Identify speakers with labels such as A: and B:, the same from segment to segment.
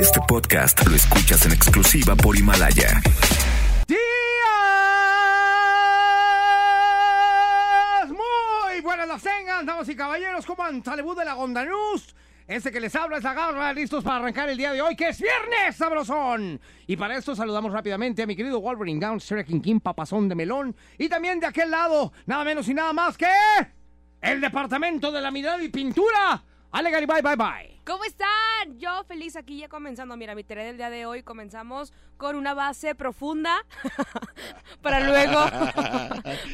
A: Este podcast lo escuchas en exclusiva por Himalaya.
B: días. Muy buenas las tengan, damas y caballeros. ¿Cómo andan? Talebú de la Gondanús. Este que les habla es la garra, listos para arrancar el día de hoy, que es viernes, sabrosón. Y para esto saludamos rápidamente a mi querido Wolverine Down, King King, papazón de melón. Y también de aquel lado, nada menos y nada más que... El Departamento de la Mirada y Pintura. Ale Garibay, bye bye.
C: ¿Cómo están? Yo feliz aquí ya comenzando. Mira, mi tarea del día de hoy comenzamos con una base profunda para luego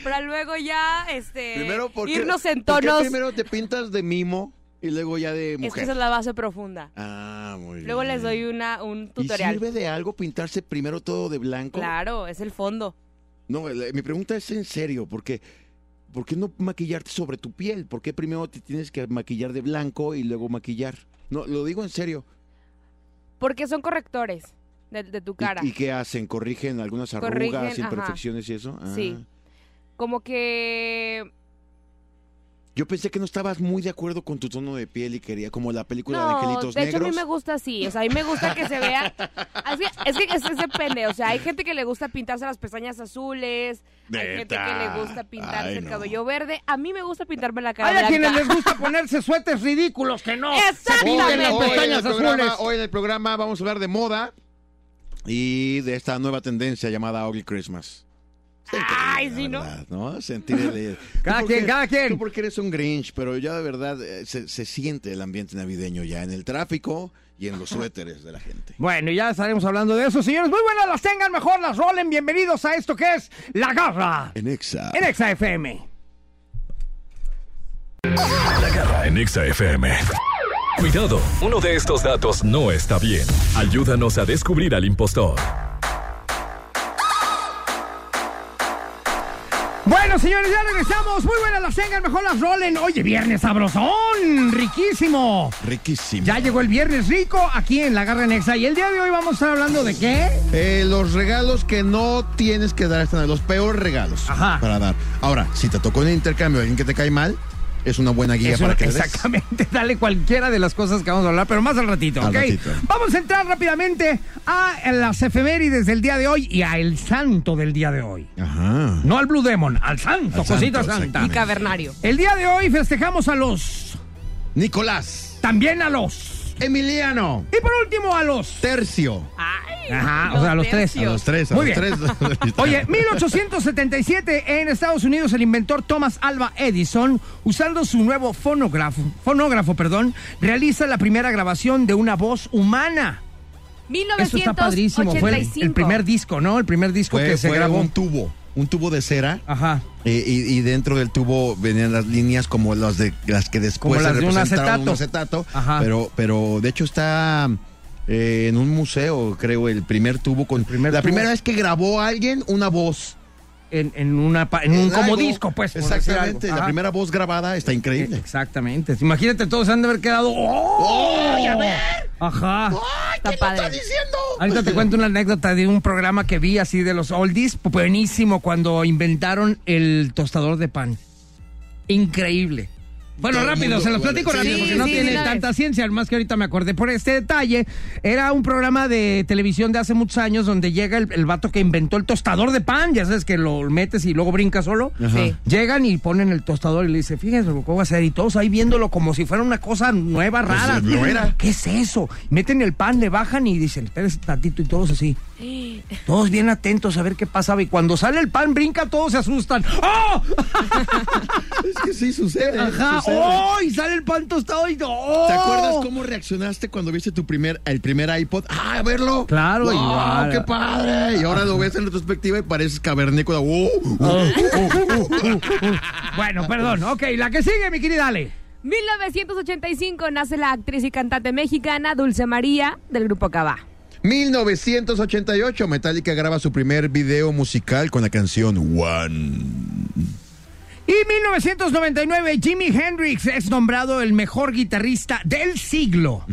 C: para luego ya este
D: Primero porque
C: irnos en
D: ¿por qué
C: tonos.
D: primero te pintas de mimo y luego ya de
C: Es que
D: mujer.
C: esa es la base profunda.
D: Ah, muy bien.
C: Luego les doy una un
D: ¿Y
C: tutorial.
D: sirve de algo pintarse primero todo de blanco?
C: Claro, es el fondo.
D: No, eh, la- mi pregunta es en serio, porque ¿por qué no maquillarte sobre tu piel? ¿Por qué primero te tienes que maquillar de blanco y luego maquillar? No, lo digo en serio.
C: Porque son correctores de, de tu
D: ¿Y-
C: cara.
D: ¿Y, qué hacen? ¿Corrigen algunas arrugas,
C: Corrigen, ajá.
D: imperfecciones y eso? Ah.
C: Sí. Como que
D: Yo pensé que no estabas muy de acuerdo con tu tono de piel y quería como la película de
C: no,
D: Angelitos
C: de hecho
D: Negros.
C: a mí me gusta así, o sea, a mí me gusta que se vea. Así, es que es- es- depende, o sea, hay gente que le gusta pintarse las pestañas azules, Hay gente que le
D: Neta.
C: gusta pintarse
D: Ay,
C: el
D: no.
C: cabello verde. A mí me gusta pintarme la cara
B: Hay a quienes les
C: blanca.
B: gusta ponerse suéteres ridículos que no. Se pinten las
C: Hoy en el
B: pestañas azules.
D: programa, hoy en el programa vamos a hablar de moda y de esta nueva tendencia llamada Ugly Christmas. Está increíble,
C: Ay,
D: la
C: sí, ¿no?
D: verdad, ¿no? Sentir el- eh,
B: Cada
D: Tú porque-
B: quien, cada quien.
D: Tú porque eres un Grinch, pero ya de verdad eh, se, se siente el ambiente navideño ya en el tráfico y en los suéteres de la gente.
B: Bueno, ya estaremos hablando de eso, señores. Muy buenas las tengan, mejor las rolen. Bienvenidos a esto que es La Garra
D: En Exa.
B: en Exa FM.
A: En Exa FM. Cuidado, uno de estos datos no está bien. Ayúdanos a descubrir al impostor.
B: Bueno, señores, ya regresamos. Muy buenas las tengan, mejor las rolen. Oye, viernes sabrosón, riquísimo.
D: Riquísimo.
B: Ya llegó el viernes rico aquí en La Garra en Exa. Y el día de hoy vamos a estar hablando de qué?
D: Eh, los regalos que no tienes que dar esta Navidad, los peores regalos
B: Ajá.
D: para dar. Ahora, si te tocó en el intercambio alguien que te cae mal, es una buena guía
B: Eso,
D: para que le des.
B: exactamente, dale cualquiera de las cosas que vamos a hablar, pero más al ratito,
D: Al
B: ¿ok?
D: ratito.
B: Vamos a entrar rápidamente a las efemérides del día de hoy y a el santo del día de hoy.
D: Ajá.
B: No al Blue Demon, al santo,
D: Al
B: cosita
D: santo,
B: santa.
C: Y cavernario.
B: El día de hoy festejamos a los,
D: Nicolás,
B: también a los,
D: Emiliano,
B: y por último a los.
D: Tercio.
C: Ay,
B: Ajá, o sea, a los tres.
D: A los tres, a
B: Muy
D: los
B: bien.
D: tres.
B: Oye, 1877 en Estados Unidos el inventor Thomas Alva Edison, usando su nuevo fonógrafo, fonógrafo, perdón, realiza la primera grabación de una voz humana. Eso está padrísimo. Fue el,
C: 1985.
B: el primer disco, ¿no? El primer disco
D: fue,
B: que se
D: fue
B: grabó.
D: un tubo, un tubo de cera.
B: Ajá.
D: eh, Y, y dentro del tubo venían las líneas como las de las que
B: Como
D: después
B: las
D: se
B: de un
D: representaron en
B: acetato.
D: un acetato,
B: Ajá.
D: pero pero de hecho está eh, en un museo creo el primer tubo con
B: primer
D: la
B: tubo.
D: primera vez que grabó alguien una voz
B: En, en una, pa- en un
D: En
B: como
D: algo.
B: disco, pues. por decir algo.
D: Exactamente, la
B: Ajá.
D: primera voz grabada está
B: Eh,
D: increíble.
B: Exactamente. Imagínate, todos se han de haber quedado. ¡Oh!
D: ¡Ay, a ver!
B: Ajá.
D: ¡Oh!
C: Está padre.
D: diciendo?
B: Ahorita te cuento una anécdota de un programa que vi así de los oldies, buenísimo, cuando inventaron el tostador de pan. Increíble. Bueno,
D: Todo el
B: rápido,
D: mundo,
B: se los
D: vale.
B: platico
D: Sí,
B: rápido
C: sí,
B: porque no
C: sí,
B: tiene
C: sí, la
B: tanta ciencia, más que ahorita me acordé por este detalle. Era un programa de televisión de hace muchos años donde llega el, el vato que inventó el tostador de pan, ya sabes que lo metes y luego brinca solo.
C: Sí.
B: Llegan y ponen el tostador y le dice, fíjense lo que voy a hacer. Y todos ahí viéndolo como si fuera una cosa nueva,
D: Pues,
B: rara.
D: lo era.
B: ¿Qué es eso? Meten el pan, le bajan y dicen, espérense tantito y todos así. Todos bien atentos a ver qué pasaba. Y cuando sale el pan, brinca, todos se asustan. ¡Oh!
D: Es que sí sucede.
B: Ajá,
D: sucede.
B: ¡Oh! Y sale el pan tostado y ¡Oh!
D: ¿Te acuerdas cómo reaccionaste cuando viste tu primer, el primer iPod? ¡Ah, a verlo!
B: Claro,
D: ¡Wow,
B: igual.
D: qué padre! Y ahora lo ves en retrospectiva y pareces cavernícola. ¡Uh, ¡Wow!
B: Ah.
D: uh,
B: Bueno, perdón. Ok, la que sigue, mi querida Ale.
C: 1985 nace la actriz y cantante mexicana Dulce María del grupo Cava.
D: 1988, Metallica graba su primer video musical con la canción One.
B: Y 1999, Jimi Hendrix es nombrado el mejor guitarrista del siglo.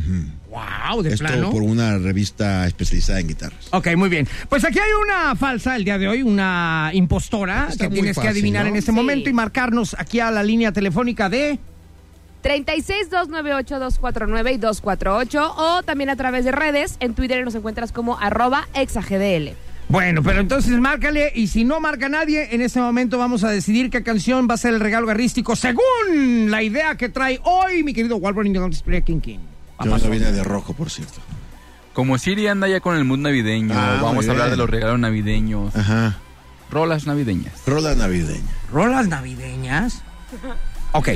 B: ¡Wow! De
D: Esto
B: plano.
D: por una revista especializada en guitarras.
B: Ok, muy bien. Pues aquí hay una falsa el día de hoy, una impostora
D: Está
B: que
D: muy
B: tienes que
D: fácil,
B: adivinar
D: ¿no?
B: en este
C: Sí.
B: momento y marcarnos aquí a la línea telefónica de
C: 36298249 y 248 o también a través de redes. En Twitter nos encuentras como arroba exagdl.
B: Bueno, pero entonces márcale y si no marca nadie, en este momento vamos a decidir qué canción va a ser el regalo garrístico según la idea que trae hoy mi querido Wolverine de Golden Spirit King King.
D: Yo no viene de rojo, por cierto.
E: Como Siri anda ya con el mood navideño,
D: Ah,
E: vamos
D: muy
E: a hablar
D: bien.
E: de los regalos navideños,
D: Ajá.
E: rolas navideñas.
D: Rola navideña.
B: ¿Rolas navideñas? Ok,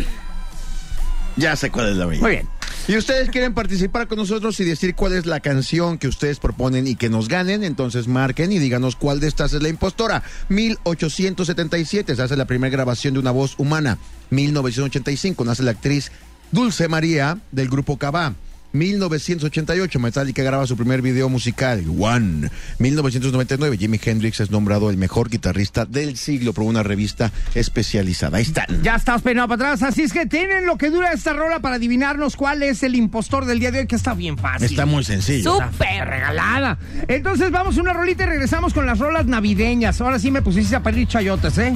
D: Ya sé cuál es la mía.
B: muy bien.
D: Y ustedes quieren participar con nosotros y decir cuál es la canción que ustedes proponen y que nos ganen, entonces marquen y díganos cuál de estas es la impostora. 1877 se hace la primera grabación de una voz humana. 1985 nace la actriz Dulce María del grupo Cabá. 1988 Metallica graba su primer video musical, One. 1999 Jimi Hendrix es nombrado el mejor guitarrista del siglo por una revista especializada. Ahí están.
B: Ya estás peinado para atrás, así es que tienen lo que dura esta rola para adivinarnos cuál es el impostor del día de hoy, que está bien fácil.
D: Está muy sencillo.
B: Súper regalada. Entonces vamos a una rolita y regresamos con las rolas navideñas. Ahora sí me pusiste a pedir chayotes, ¿eh?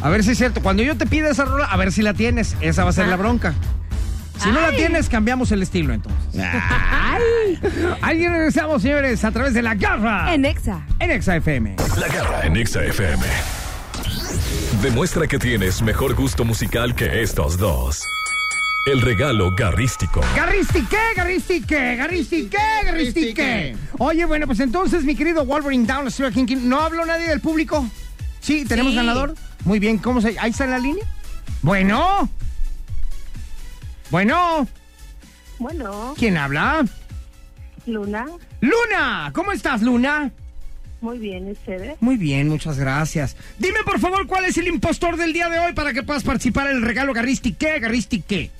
B: A ver si es cierto. Cuando yo te pida esa rola, a ver si la tienes. Esa va a ser la bronca. Si no la tienes, cambiamos el estilo entonces.
D: Ah.
B: Ahí regresamos, señores, a través de la garra
C: En Exa.
B: en Exa FM.
A: La garra en Exa FM. Demuestra que tienes mejor gusto musical que estos dos. El regalo garrístico.
B: Garristique, garristique, garristique, garristique. Oye, bueno, pues entonces, mi querido Wolverine Down, Stephen King, King, ¿no habló nadie del público? Sí, ¿tenemos
C: Sí.
B: ganador? Muy bien, ¿cómo se...? ¿Ahí está en la línea? Bueno. Bueno,
F: Bueno,
B: ¿quién habla?
F: Luna,
B: Luna, ¿cómo estás, Luna?
F: muy bien, ¿y ustedes.
B: Muy bien, muchas gracias. Dime, por favor, ¿cuál es el impostor del día de hoy para que puedas participar en el regalo garristique, garristique?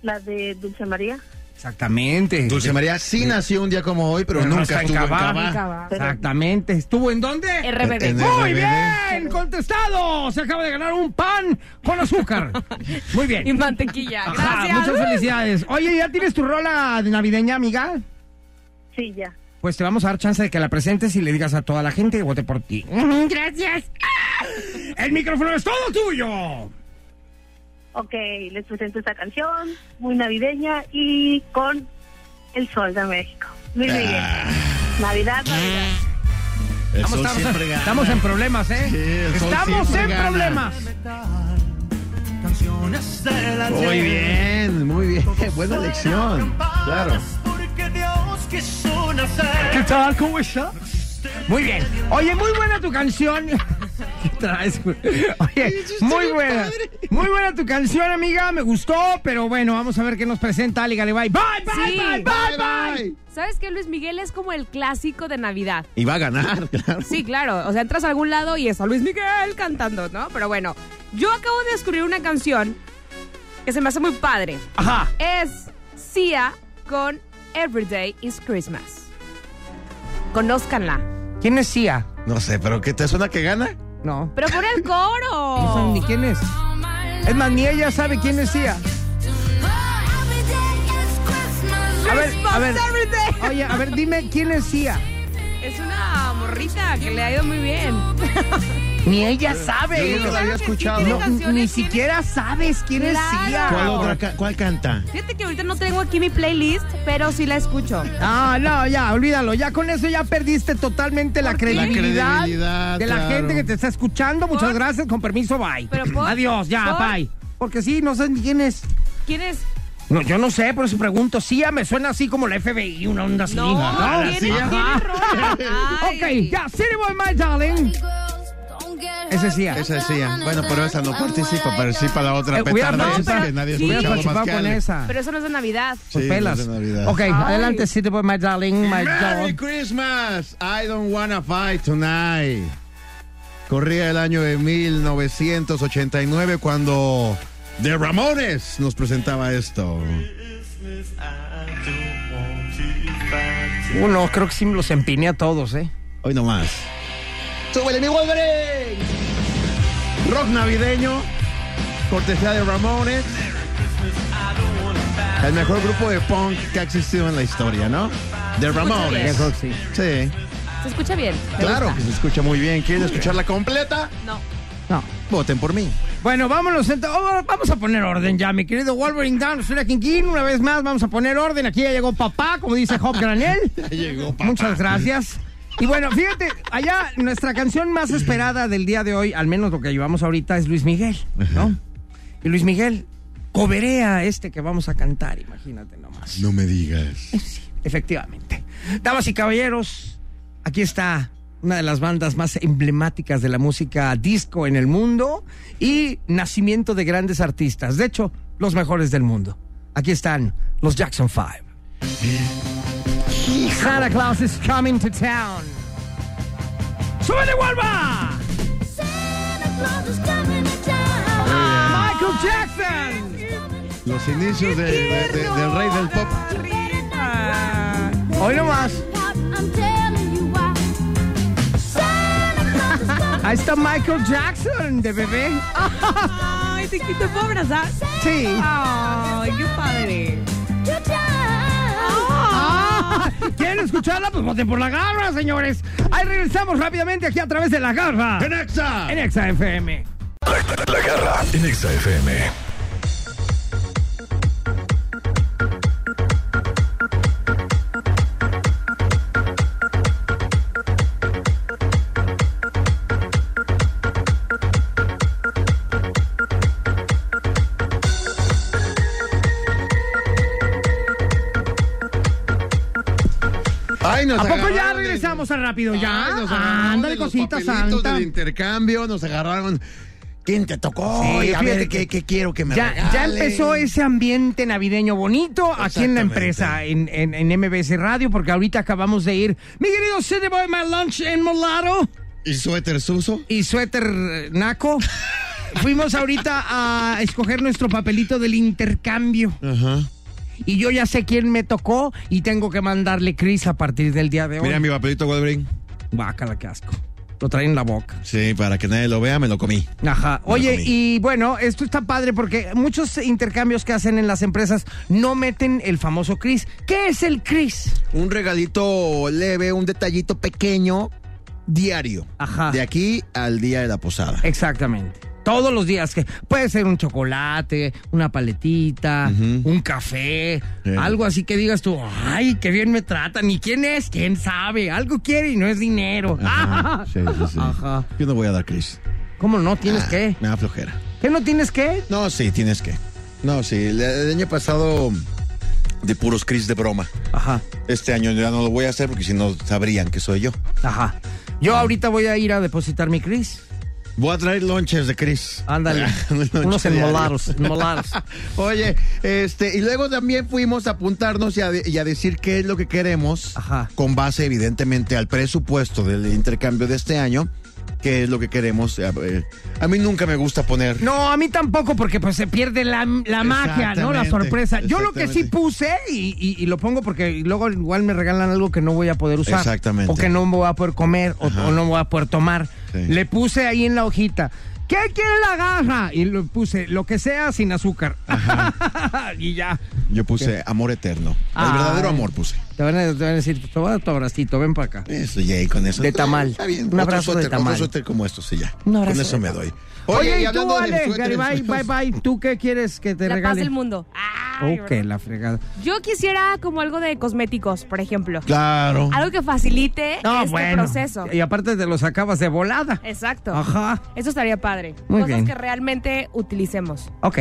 F: La de Dulce María.
B: Exactamente.
D: Dulce María sí nació un día como hoy, pero
B: Pero no está
D: nunca
B: en
D: estuvo en
B: Cabá.
D: Cabá.
B: Exactamente. ¿Estuvo en dónde?
C: RBD.
D: En-
B: Muy
D: RBD.
B: bien, contestado. Se acaba de ganar un pan con azúcar. Muy
C: Y
B: bien.
C: mantequilla.
B: Ajá,
C: Gracias.
B: muchas felicidades. Oye, ¿ya tienes tu rola de navideña, amiga?
F: Sí, ya.
B: Pues te vamos a dar chance de que la presentes y le digas a toda la gente que vote por ti. Mm, Gracias. ¡Ah! El micrófono es todo tuyo.
F: Ok, les presento esta canción, muy navideña y con El Sol de México. Luis Miguel.
B: Ah.
F: Navidad, Navidad.
D: El
B: Vamos,
D: sol
B: estamos,
D: siempre gana.
B: estamos en problemas, ¿eh?
D: Sí, el sol
B: estamos
D: siempre
B: en
D: gana.
B: problemas.
G: Canciones de la
D: Muy bien, muy bien. Buena elección. Claro.
G: Porque Dios quiso nacer.
B: ¿Qué tal? ¿Cómo está? Muy bien. Oye, muy buena tu canción. ¿Qué traes, güey? Oye, muy buena. Muy buena tu canción, amiga. Me gustó, pero bueno, vamos a ver qué nos presenta Ali Garibay. Bye, bye,
C: Sí.
B: bye, bye, bye.
C: ¿Sabes qué, Luis Miguel? Es como el clásico de Navidad.
D: Y va a ganar, claro.
C: Sí, claro. O sea, entras a algún lado y está Luis Miguel cantando, ¿no? Pero bueno, yo acabo de descubrir una canción que se me hace muy padre.
B: Ajá.
C: Es Sia con Everyday is Christmas. Conózcanla.
B: ¿Quién es Sia?
D: No sé, pero ¿qué te suena que gana?
B: No.
C: Pero por el
B: No saben
C: coro.
B: ni quién es. Es más, ni ella sabe quién es Sia. A ver, a ver. Oye, a ver, dime quién es Sia.
C: Es una morrita que le ha ido muy bien.
B: Ni ella sabe.
D: Yo nunca la había
C: que sí,
D: escuchado.
C: tiene
B: No, ni
C: canciones, tiene-
B: siquiera sabes quién es
C: Claro.
B: Sia.
D: ¿Cuál, otra ca- cuál canta?
C: Fíjate que ahorita no tengo aquí mi playlist, pero sí la escucho.
B: Ah, no, ya, olvídalo. Ya con eso ya perdiste totalmente la
C: ¿Por qué?
B: credibilidad,
D: La credibilidad,
B: de la
D: claro.
B: gente que te está escuchando. Muchas
C: ¿Por?
B: gracias, con permiso, bye.
C: ¿Pero por?
B: Adiós, ya,
C: ¿Por?
B: bye. Porque sí, no sé ni quién es.
C: ¿Quién es?
B: No, yo no sé, por eso pregunto. Sí, ya me suena así como la FBI, una onda así. Ah,
C: No, ¿quién es?
B: Sí,
C: ¿Quién
B: ajá.
C: es Rola? Ay.
B: Ok, ya, City Boy, my darling. Ese es Sia.
D: Esa decía. Bueno, pero esa no participa, participa la otra
B: Eh, hubiera
D: petarda
B: participado-
D: esa que nadie
C: sí,
D: ha
B: Hubiera
D: escuchado más
B: participado
D: que
B: pues, con
D: Ale.
B: esa.
C: Pero eso no es de Navidad.
B: Por
D: Sí,
B: pelas.
D: no es de Navidad.
B: ok,
C: Ay.
B: adelante, City Boy, my darling, my
D: Merry
B: darling.
D: Christmas. I don't wanna fight tonight. Corría el año de 1989 cuando The Ramones nos presentaba esto.
B: Uno, Uh, creo que sí me los empiné a todos, ¿eh?
D: Hoy nomás. ¡Súbele mi Wolverine! Rock navideño, cortesía de Ramones. El mejor grupo de punk que ha existido en la historia, ¿no? De Ramones.
B: Yo creo que sí.
D: Sí,
C: Se escucha bien. me
D: claro
C: gusta.
D: que se escucha muy bien. ¿Quieren escucharla completa?
C: No.
B: No.
D: Voten por mí.
B: Bueno, vámonos entonces. Oh, vamos a poner orden ya, mi querido Wolverine Down, Sura King King. Una vez más, vamos a poner orden. Aquí ya llegó papá, como dice Hop Granel.
D: llegó papá.
B: Muchas gracias. Y bueno, fíjate, allá nuestra canción más esperada del día de hoy, al menos lo que llevamos ahorita, es Luis Miguel, ¿no? Y Luis Miguel coberea este que vamos a cantar, imagínate nomás.
D: No me digas.
B: Efectivamente. Damas y caballeros, aquí está una de las bandas más emblemáticas de la música disco en el mundo y nacimiento de grandes artistas. De hecho, los mejores del mundo. Aquí están los Jackson 5. Santa Claus is coming to town. ¡Súbele, Walva! Ah, ¡Michael Jackson!
D: Los inicios de- de- de- del rey del pop.
B: Ah, Hoy nomás. Ahí está Michael Jackson de bebé.
C: Ay, te, te puedo abrazar.
B: Sí.
C: Ay, qué padre.
B: Ah, ¿Quieren escucharla? Pues voten por la garra, señores. Ahí regresamos rápidamente aquí a través de la garra.
D: ¡En Exa!
B: En Exa FM.
A: La garra en Exa FM.
D: Ay, nos
B: ¿A poco
D: agarraron
B: ya
D: del-
B: regresamos al rápido? Ya.
D: Ay, nos agarraron
B: Ah, Ándale,
D: de los
B: cosita
D: papelitos
B: santa.
D: del intercambio, nos agarraron. ¿Quién te tocó?
B: Sí,
D: Oye, a ver,
B: fíjate
D: ¿qué,
B: que-
D: qué quiero que me
B: Ya, ya
D: regalen?
B: empezó ese ambiente navideño bonito aquí en la empresa, en, en, en MBS Radio, porque ahorita acabamos de ir. Mi querido City Boy, my lunch en Molaro.
D: ¿Y suéter suso?
B: y suéter eh, naco. Fuimos ahorita a escoger nuestro papelito del intercambio.
D: Ajá.
B: Y yo ya sé quién me tocó y tengo que mandarle Cris a partir del día de hoy.
D: Mira mi papelito Wolverine.
B: Guácala, qué asco. Lo traen en la boca.
D: Sí, para que nadie lo vea, me lo comí.
B: Ajá.
D: Me lo
B: Oye,
D: comí.
B: y bueno, esto está padre porque muchos intercambios que hacen en las empresas no meten el famoso Cris. ¿Qué es el Cris?
D: Un regalito leve, un detallito pequeño, diario.
B: Ajá.
D: De aquí al día de la posada.
B: Exactamente. Todos los días que puede ser un chocolate, una paletita, un café,
D: Sí.
B: algo así que digas tú, ay, qué bien me tratan, y quién es, quién sabe, algo quiere y no es dinero. Ah,
D: Ajá, sí, sí, sí.
B: Ajá.
D: Yo no voy a dar Chris.
B: ¿Cómo no tienes
D: Ah,
B: que?
D: Me da flojera.
B: ¿Qué no tienes que?
D: No, sí, tienes que. No, sí. El, el año pasado, de puros Chris de broma.
B: Ajá,
D: Este año ya no lo voy a hacer porque si no sabrían que soy yo.
B: ajá. Yo ahorita voy a ir a depositar mi Cris.
D: Voy a traer lonches de Ah, Chris.
B: Ándale.
D: Un lonche
B: Unos
D: diario.
B: enmolados, enmolados.
D: Oye, este, y luego también fuimos a apuntarnos y a, de- y a decir qué es lo que queremos,
B: Ajá.
D: con base evidentemente al presupuesto del intercambio de este año, qué es lo que queremos. A, ver, a mí nunca me gusta poner.
B: No, a mí tampoco, porque pues se pierde la, la magia, ¿no? La
D: Exactamente,
B: sorpresa. Yo lo que sí
D: exactamente.
B: puse, y, y- y lo pongo porque luego igual me regalan algo que no voy a poder usar.
D: Exactamente.
B: O que no me voy a poder comer, o, o no me voy a poder tomar.
D: Sí.
B: Le puse ahí en la hojita. ¿Qué quiere la garra? Y lo puse, lo que sea sin azúcar. y ya.
D: Yo puse amor eterno.
B: Ay.
D: El verdadero amor puse.
B: Te van a, te van a decir, te voy a dar tu abracito, ven para acá.
D: Eso, ya, y con eso.
B: De tamal.
D: Está bien.
B: Un
D: otro
B: abrazo de
D: suéter,
B: tamal.
D: Otro suéter como esto, sí, ya.
B: Un abrazo
D: Con eso
B: de
D: me
B: tamal.
D: doy.
B: Oye, y tú,
D: del
B: Ale,
D: suéter,
B: Garibay, bye, bye. ¿Tú qué quieres que te
C: La paz
B: regalen?
C: del mundo. Ay,
B: Ok,
C: ¿verdad?
B: la fregada.
C: Yo quisiera como algo de cosméticos, por ejemplo.
D: Claro.
C: Algo que facilite
B: No,
C: este
B: bueno.
C: proceso.
B: Y aparte te los acabas de volada.
C: Exacto.
B: Ajá.
C: Eso estaría padre.
B: Muy
C: Cosas
B: bien.
C: que realmente utilicemos.
B: Ok.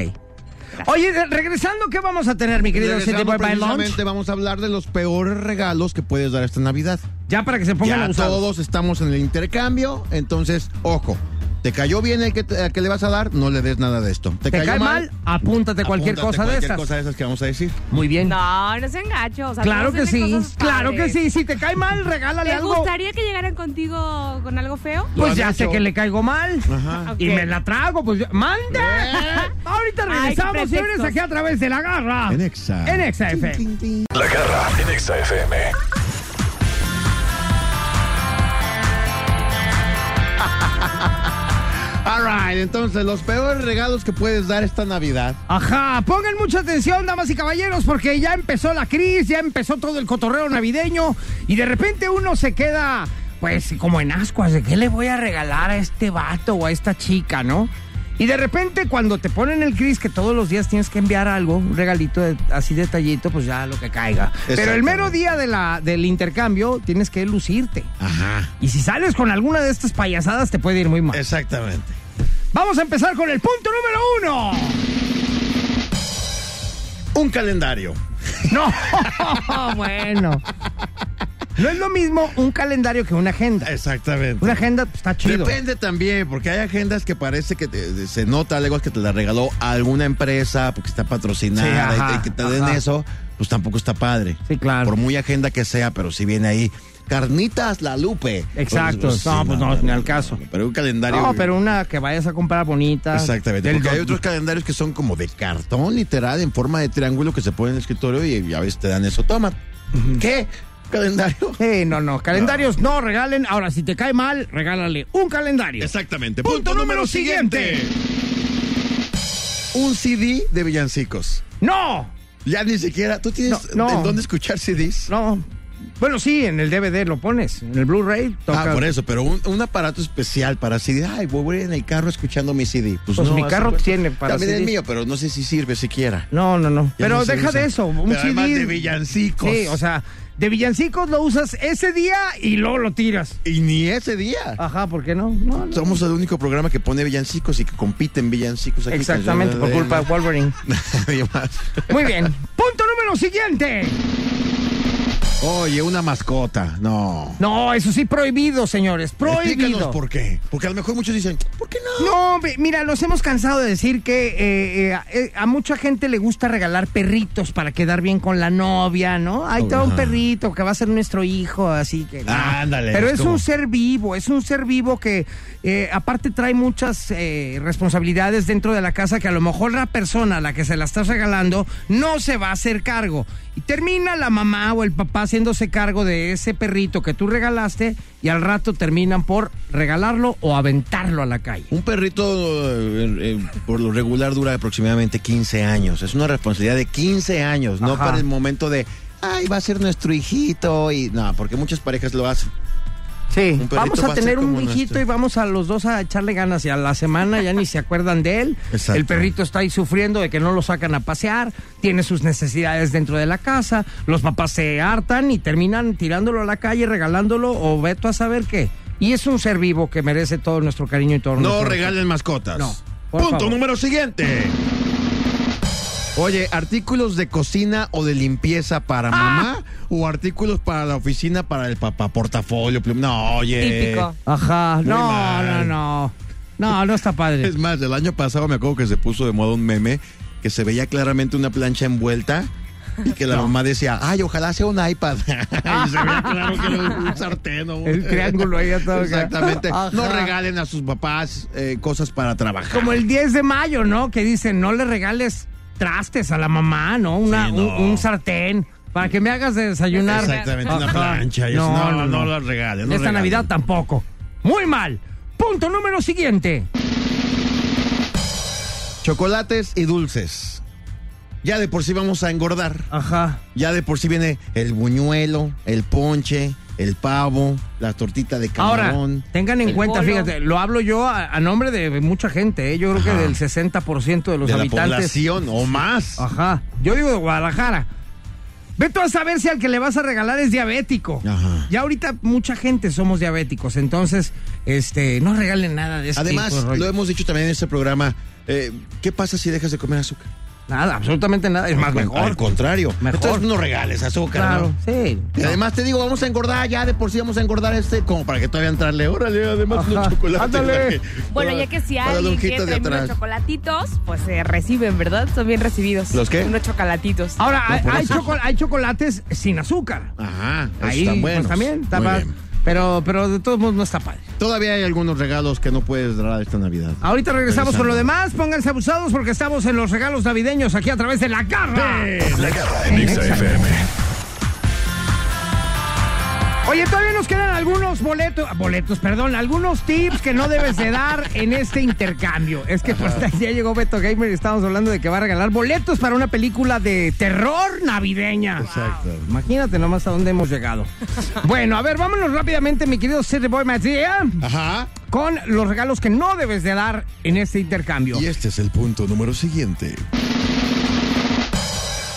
B: Oye, de- regresando, ¿qué vamos a tener, mi querido
D: Regresando
B: City Boy by Lunch?
D: precisamente, vamos a hablar de los peores regalos que puedes dar esta Navidad.
B: Ya para que se pongan
D: ya
B: abusados.
D: todos estamos en el intercambio, entonces, ojo, ¿te cayó bien el que, te- el que le vas a dar? No le des nada de esto. ¿Te,
B: ¿Te
D: cayó
B: cae mal? Apúntate cualquier
D: Apúntate
B: cosa
D: cualquier
B: de esas.
D: cosa de esas que vamos a decir.
B: Muy bien.
C: No, no se engacho.
B: claro que sí. Claro que sí. Si te cae mal, regálale
C: ¿Te
B: algo.
C: gustaría que llegaran contigo con algo feo?
D: Lo
B: Pues
D: han
B: ya sé
D: hecho.
B: que le caigo mal.
D: Ajá. ¿Eh?
B: Y
C: Ok.
B: me la trago, pues yo- ¡Manda! Ahorita
C: qué
B: regresamos, señores,
C: pretextos.
B: aquí a través de la garra.
D: En Exa.
B: En Exa FM.
A: La garra en Exa FM.
D: All right, entonces, los peores regalos que puedes dar esta Navidad.
B: Ajá, pongan mucha atención, damas y caballeros, porque ya empezó la crisis, ya empezó todo el cotorreo navideño y de repente uno se queda pues como en ascuas, ¿de qué le voy a regalar a este vato o a esta chica, no? Y de repente cuando te ponen el gris que todos los días tienes que enviar algo, un regalito de- así detallito, pues ya lo que caiga. Pero el mero día de la, del intercambio tienes que lucirte.
H: Ajá.
B: Y si sales con alguna de estas payasadas te puede ir muy mal.
H: Exactamente.
B: Vamos a empezar con el punto número uno.
H: Un calendario.
B: No, bueno. No es lo mismo un calendario que una agenda.
H: Exactamente.
B: Una agenda pues, está chido.
D: Depende también, porque hay agendas que parece que te- se nota algo que te la regaló alguna empresa porque está patrocinada
B: Sí, ajá,
D: y te- que te den
B: ajá.
D: eso, pues tampoco está padre.
B: Sí, claro.
D: Por muy agenda que sea, pero si viene ahí carnitas la Lupe.
B: Exacto. No,
D: sí,
B: pues no, ni al caso.
D: Pero un calendario.
B: No, pero una que vayas a comprar bonita.
D: Exactamente,
B: Del
D: porque hay
B: do-
D: otros calendarios que son como de cartón literal en forma de triángulo que se pone en el escritorio y a veces te dan eso, toma. ¿Qué? ¿Calendario?
B: Sí, no, no. Calendarios no. regalen. Ahora, si te cae mal, regálale un calendario.
D: Exactamente.
B: Punto número siguiente.
D: Un CD de villancicos.
B: ¡No!
D: Ya ni siquiera. ¿Tú tienes
B: No, no.
D: en dónde escuchar CDs?
B: No. Bueno, sí, en el DVD lo pones. En el Blu-ray toca.
D: Ah, por eso, pero un, un aparato especial para CD. Ay, voy en el carro escuchando mi CD. Pues,
B: Pues
D: no,
B: mi
D: hace
B: carro
D: cuenta.
B: tiene para
D: También el
B: CD.
D: mío, pero no sé si sirve siquiera.
B: No, no, no.
D: Ya
B: Pero
D: no se
B: deja
D: usa.
B: de eso. Un
D: Pero además
B: CD.
D: de villancicos.
B: Sí, o sea, de villancicos lo usas ese día y luego lo tiras.
D: Y ni ese día.
B: Ajá, ¿por qué no? No, no.
D: Somos el único programa que pone villancicos y que compite en villancicos. aquí.
B: Exactamente, por culpa de Wolverine.
D: Nadie más.
B: Muy bien. Punto número siguiente.
D: Oye, una mascota. No.
B: No, eso sí, prohibido, señores.
D: Explícanos
B: Prohibido.
D: por qué. Porque a lo mejor muchos dicen, ¿por qué no?
B: No, mi- mira, nos hemos cansado de decir que eh, eh, a- eh, a mucha gente le gusta regalar perritos para quedar bien con la novia, ¿no? Ahí está un perrito que va a ser nuestro hijo, así que... no.
H: Ándale,
B: Pero
H: es
B: es
H: como-
B: un ser vivo, es un ser vivo que eh, aparte trae muchas eh, responsabilidades dentro de la casa que a lo mejor la persona a la que se la estás regalando no se va a hacer cargo. Y termina la mamá o el papá haciéndose cargo de ese perrito que tú regalaste y al rato terminan por regalarlo o aventarlo a la calle.
D: Un perrito eh, eh, por lo regular dura aproximadamente 15 años. Es una responsabilidad de 15 años, no
B: Ajá.
D: para el momento de, ay, va a ser nuestro hijito. Y no, porque muchas parejas lo hacen.
B: Sí,
D: Un perrito
B: vamos
D: va
B: a
D: a ser
B: tener un
D: como
B: hijito
D: nuestro.
B: y vamos a los dos a echarle ganas y a la semana ya ni se acuerdan de él.
D: Exacto.
B: El perrito está ahí sufriendo de que no lo sacan a pasear, tiene sus necesidades dentro de la casa, los papás se hartan y terminan tirándolo a la calle, regalándolo o veto a saber qué. Y es un ser vivo que merece todo nuestro cariño y todo
D: No
B: nuestro
D: regalen mascotas.
B: No, por
D: Punto
B: favor.
D: número siguiente. Oye, artículos de cocina o de limpieza para mamá o artículos para la oficina para el papá, portafolio, plum. No, oye.
C: Típico.
B: Ajá,
D: Muy
B: no,
D: mal.
B: no, no. No, no está padre.
D: Es más, el año pasado me acuerdo que se puso de moda un meme que se veía claramente una plancha envuelta y que la mamá decía, ay, ojalá sea un iPad. y se veía claro que era un sartén o un-
B: El triángulo ahí ya todo acá.
D: Exactamente. No
B: Ajá.
D: regalen a sus papás eh, cosas para trabajar.
B: Como el 10 de mayo, ¿no? Que dicen, no le regales trastes a la mamá, ¿no? Una,
D: Sí, no.
B: Un, un sartén para que me hagas de desayunar.
D: Exactamente, una
B: Ajá.
D: plancha. y eso. No, no, no, las regales. no
B: Esta
D: regales.
B: Navidad tampoco. Muy mal. Punto número siguiente.
D: Chocolates y dulces. Ya de por sí vamos a engordar.
B: Ajá.
D: Ya de por sí viene el buñuelo, el ponche, el pavo, la tortita de
B: Ahora,
D: camarón.
B: tengan en
D: El
B: cuenta,
C: polo.
B: fíjate, lo hablo yo a, a nombre de mucha gente, ¿eh? yo creo
D: Ajá.
B: que del 60% de los
D: de la
B: habitantes. Ah,
D: población o más.
B: Ajá. Yo digo de Guadalajara. Ve tú a saber si al que le vas a regalar es diabético.
D: Ajá.
B: Ya ahorita mucha gente somos diabéticos, entonces, este, no regalen nada de eso.
D: Además, lo hemos dicho también en este programa, eh, ¿qué pasa si dejas de comer azúcar?
B: Nada, absolutamente nada. Es más,
D: Al
B: mejor.
D: contrario.
B: Mejor.
D: Entonces no regales azúcar,
B: Claro,
D: ¿no?
B: sí.
D: Y además te digo, vamos a engordar, ya de por sí vamos a engordar este, como para que todavía entrarle, órale, además los
B: Ajá,
D: chocolates.
B: ándale.
D: para que-
C: Bueno,
D: para-
C: ya que si
D: para la
C: alguien
D: lonjita
C: quiere
D: de
C: traerme unos
D: atrás.
C: chocolatitos, pues se reciben, ¿verdad? Son bien recibidos.
D: ¿Los qué?
C: Unos chocolatitos.
B: Ahora, hay,
D: por
B: hay
D: eso.
B: choco- hay chocolates sin azúcar.
D: Ajá,
B: Ahí
D: están
B: pues,
D: buenos.
B: también está
D: Muy
B: pa-
D: bien.
B: Pero, pero de todos modos no está padre.
D: Todavía hay algunos regalos que no puedes dar esta Navidad.
B: Ahorita regresamos con
D: Regresando.
B: lo demás. Pónganse abusados porque estamos en los regalos navideños aquí a través de la garra.
A: La garra en Exa FM.
B: Oye, todavía nos quedan algunos boletos, boletos, perdón, algunos tips que no debes de dar en este intercambio. Es que pues ya llegó Beto Gamer y estamos hablando de que va a regalar boletos para una película de terror navideña.
D: Exacto.
B: Imagínate nomás a dónde hemos llegado. Bueno, a ver, vámonos rápidamente, mi querido City Boy Matías,
D: Ajá.
B: con los regalos que no debes de dar en este intercambio.
D: Y este es el punto número siguiente.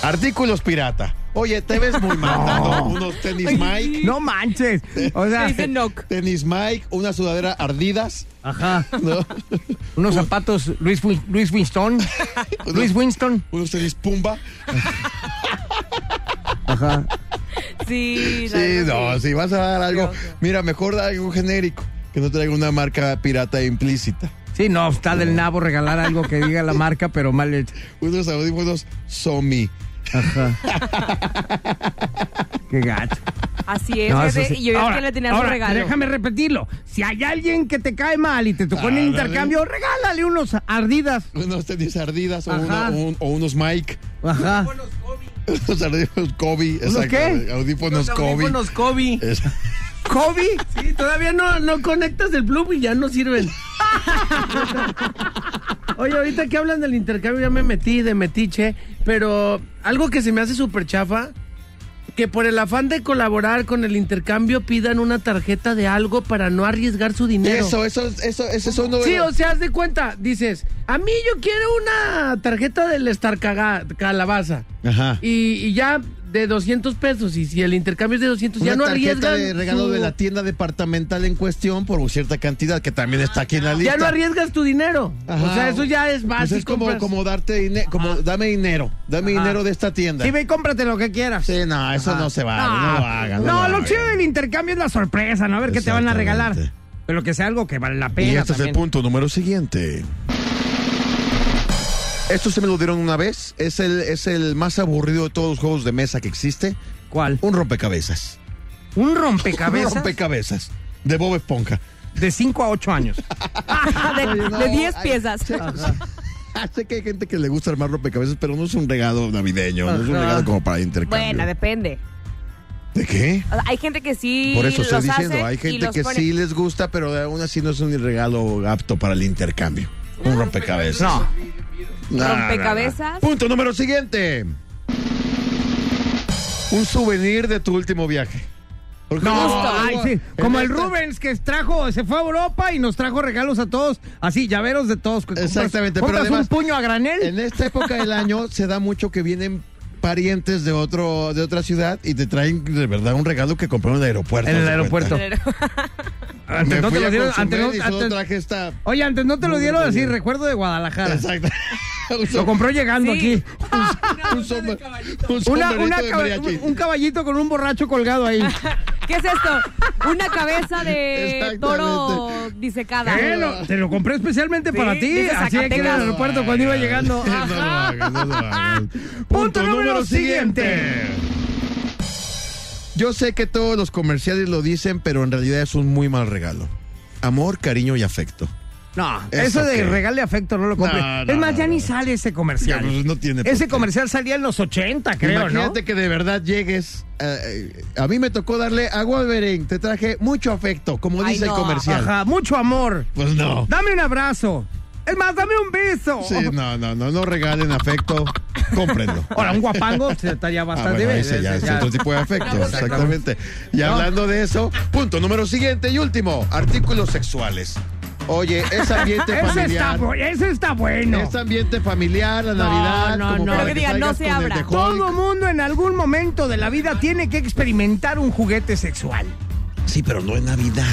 D: Artículos pirata. Oye, te ves muy mal dando unos tenis Mike,
B: No manches. O sea,
C: Dice knock.
D: tenis Mike, una sudadera ardidas,
B: ajá.
D: ¿no?
B: Unos zapatos Luis, Win- Luis Winston.
D: pues
B: Luis Winston.
D: unos tenis Pumba.
B: Ajá.
C: Sí, la
D: Sí,
C: verdad,
D: no, si vas a dar algo,
C: Sí, obvio.
D: mira, mejor da algo genérico, que no traiga una marca pirata implícita.
B: Sí, no, está del nabo regalar algo que diga la marca, pero mal hecho.
D: Unos audífonos Somi.
B: Qué gacho.
C: Así es.
B: No, eso
C: fíjate,
B: sí.
C: Y yo ya
B: Ahora,
C: que le tenía su
B: ahora,
C: regalo.
B: Déjame repetirlo. Si hay alguien que te cae mal y te tocó en el
D: Ándale.
B: intercambio, regálale unos ardidas.
D: Unos tenis ardidas o,
B: Ajá.
D: uno- un- o unos Mike.
B: Ajá.
D: Unos audífonos Kobe. exacto,
B: qué?
D: Audífonos Kobe.
I: Audífonos Kobe.
D: Es-
B: Kobe.
I: Sí, todavía no, no conectas el plug y ya no sirven. Oye, ahorita que hablan del intercambio ya me metí de metiche, pero algo que se me hace súper chafa, que por el afán de colaborar con el intercambio pidan una tarjeta de algo para no arriesgar su dinero.
D: Eso, eso, eso, ese es uno de
I: Sí,
D: los-
I: o sea, haz de cuenta, dices, a mí yo quiero una tarjeta del Star Caga- Calabaza.
D: Ajá.
I: Y, y ya de 200 pesos, y si el intercambio es de 200,
D: Una
I: ya no
D: tarjeta
I: arriesgan.
D: de regalo
I: su-
D: de la tienda departamental en cuestión por cierta cantidad que también está aquí en la lista.
I: Ya no arriesgas tu dinero.
D: Ajá.
I: O sea, eso ya es
D: Pues
I: básico.
D: es como,
I: pues.
D: como darte dinero, como dame dinero, dame dinero de esta tienda.
B: Sí, ve y cómprate lo que quieras.
D: Sí, no, eso no se vale, no lo
B: no,
D: hagan. lo,
B: lo
D: hagan.
B: chido del intercambio es la sorpresa, ¿no? A ver qué te van a regalar.
D: Exactamente.
B: Pero que sea algo que vale la
D: Y
B: pena.
D: este es el
B: también.
D: punto número siguiente. Esto se me lo dieron una vez. Es el, es el más aburrido de todos los juegos de mesa que existe.
B: ¿Cuál?
D: Un rompecabezas.
B: Un
D: Un
B: rompecabezas
D: rompecabezas. De Bob Esponja.
B: de 5 a 8 años.
C: de, de 10
D: ay,
C: piezas.
D: Ah, sé que hay gente que le gusta armar rompecabezas, pero no es un regalo navideño, no es un
B: Ajá.
D: regalo como para intercambio.
C: Bueno, depende.
D: ¿De qué?
C: O sea, hay gente que sí
D: Por eso estoy
C: los hace
D: diciendo, hay
C: y
D: gente
C: los
D: que
C: pone-
D: sí les gusta, pero aún así no es un regalo apto para el intercambio. Un rompecabezas.
B: No.
D: No, no, no.
C: Rompecabezas.
D: Punto número siguiente. Un souvenir de tu último viaje. Porque
B: No,
D: luego-
B: ay,
D: luego-
B: sí. Como
D: en
B: el
D: este-
B: Rubens que trajo, se fue a Europa y nos trajo regalos a todos, así, llaveros de todos. que compras-
D: Exactamente, pero
B: compras
D: además-
B: un puño a granel.
D: En esta época del año se da mucho que vienen parientes de otro de otra ciudad y te traen de verdad un regalo que compraron en el aeropuerto.
B: En el
D: haz de
B: aeropuerto.
D: cuenta.
B: Ah, Antes
D: Me
B: no te
D: fui
B: lo
D: a
B: dieron, antes
D: consumir
B: no-
D: y solo
B: antes-
D: traje esta
B: Oye, antes no te lo
D: No,
B: dieron
D: no te
B: así,
D: dieron.
B: recuerdo de Guadalajara.
D: Exacto. Pues Un
B: Lo compró llegando
C: Sí.
B: aquí.
D: som- un som- un
B: Una-
D: sombrerito
B: una
D: de
B: caba-
D: mariachi.
B: un, un caballito con un borracho colgado ahí.
C: ¿Qué es esto? Una cabeza de
D: Exactamente.
C: toro disecada.
B: Eh, lo- te lo compré especialmente para ti.
C: dice
B: Así aquí en el
C: Zacatecas.
B: aeropuerto cuando iba llegando.
D: No lo hagan, no lo hagan.
B: Punto número siguiente.
D: Yo sé que todos los comerciales lo dicen, pero en realidad es un muy mal regalo. Amor, cariño y afecto.
B: No,
D: ¿Eso
B: eso, de
D: qué?
B: regale afecto no lo compré.
D: No, no,
B: es más, ya
D: no,
B: ni
D: no.
B: sale ese comercial.
D: Ya, pues, no tiene por
B: ese
D: qué.
B: comercial salía en los 80, creo,
D: Imagínate
B: ¿no?
D: que de verdad llegues. eh, a mí me tocó darle agua al Beren. Te traje mucho afecto, como
C: Ay,
D: dice
C: no.
D: el comercial.
B: Ajá, mucho amor.
D: Pues no.
B: Dame un abrazo. Es más, dame un beso.
D: Sí, no, no, no, no regalen afecto. Cómprenlo.
B: Ahora, un guapango se estaría
D: Ah,
B: bastante
D: bueno,
B: bien.
D: ese ya es
B: Ese ya.
D: otro tipo de afecto, exactamente. Y hablando de eso, punto número siguiente y último, artículos sexuales. Oye, es ambiente
B: Ese está,
D: familiar.
B: bu- ese está bueno.
D: Es ambiente familiar, la Navidad,
B: no,
D: como
B: no.
D: para
B: Pero que
C: diga,
D: salgas
C: no se
D: con el
C: abra.
D: de Hulk.
B: Todo mundo en algún momento de la vida tiene que experimentar un juguete sexual.
D: Sí, pero no en Navidad.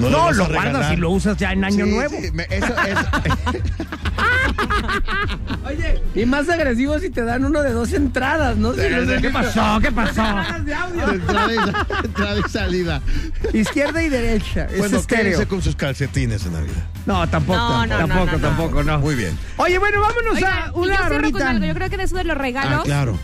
D: No,
B: No,
D: vas a
B: lo guardas
D: regalar.
B: y lo usas ya en Año
D: Sí,
B: Nuevo.
D: sí, me- eso es-
I: Oye, y más agresivo si te dan uno de dos entradas, ¿no? Si no
B: ¿Qué
I: sé-
B: pasó? ¿Qué pasó?
I: de audio.
D: de entrada, y, entrada y salida.
B: Izquierda y derecha. Pues es
D: Bueno,
B: estéreo.
D: quédense con sus calcetines en Navidad.
B: No, tampoco.
C: No, no,
B: tampoco,
C: no, no, no.
B: tampoco, no.
D: Muy bien.
B: Oye, bueno, vámonos
C: Oigan,
B: a
C: y yo
B: una
C: cierro con
B: rolita.
C: algo. Yo creo que de eso de los regalos
D: Ah, claro.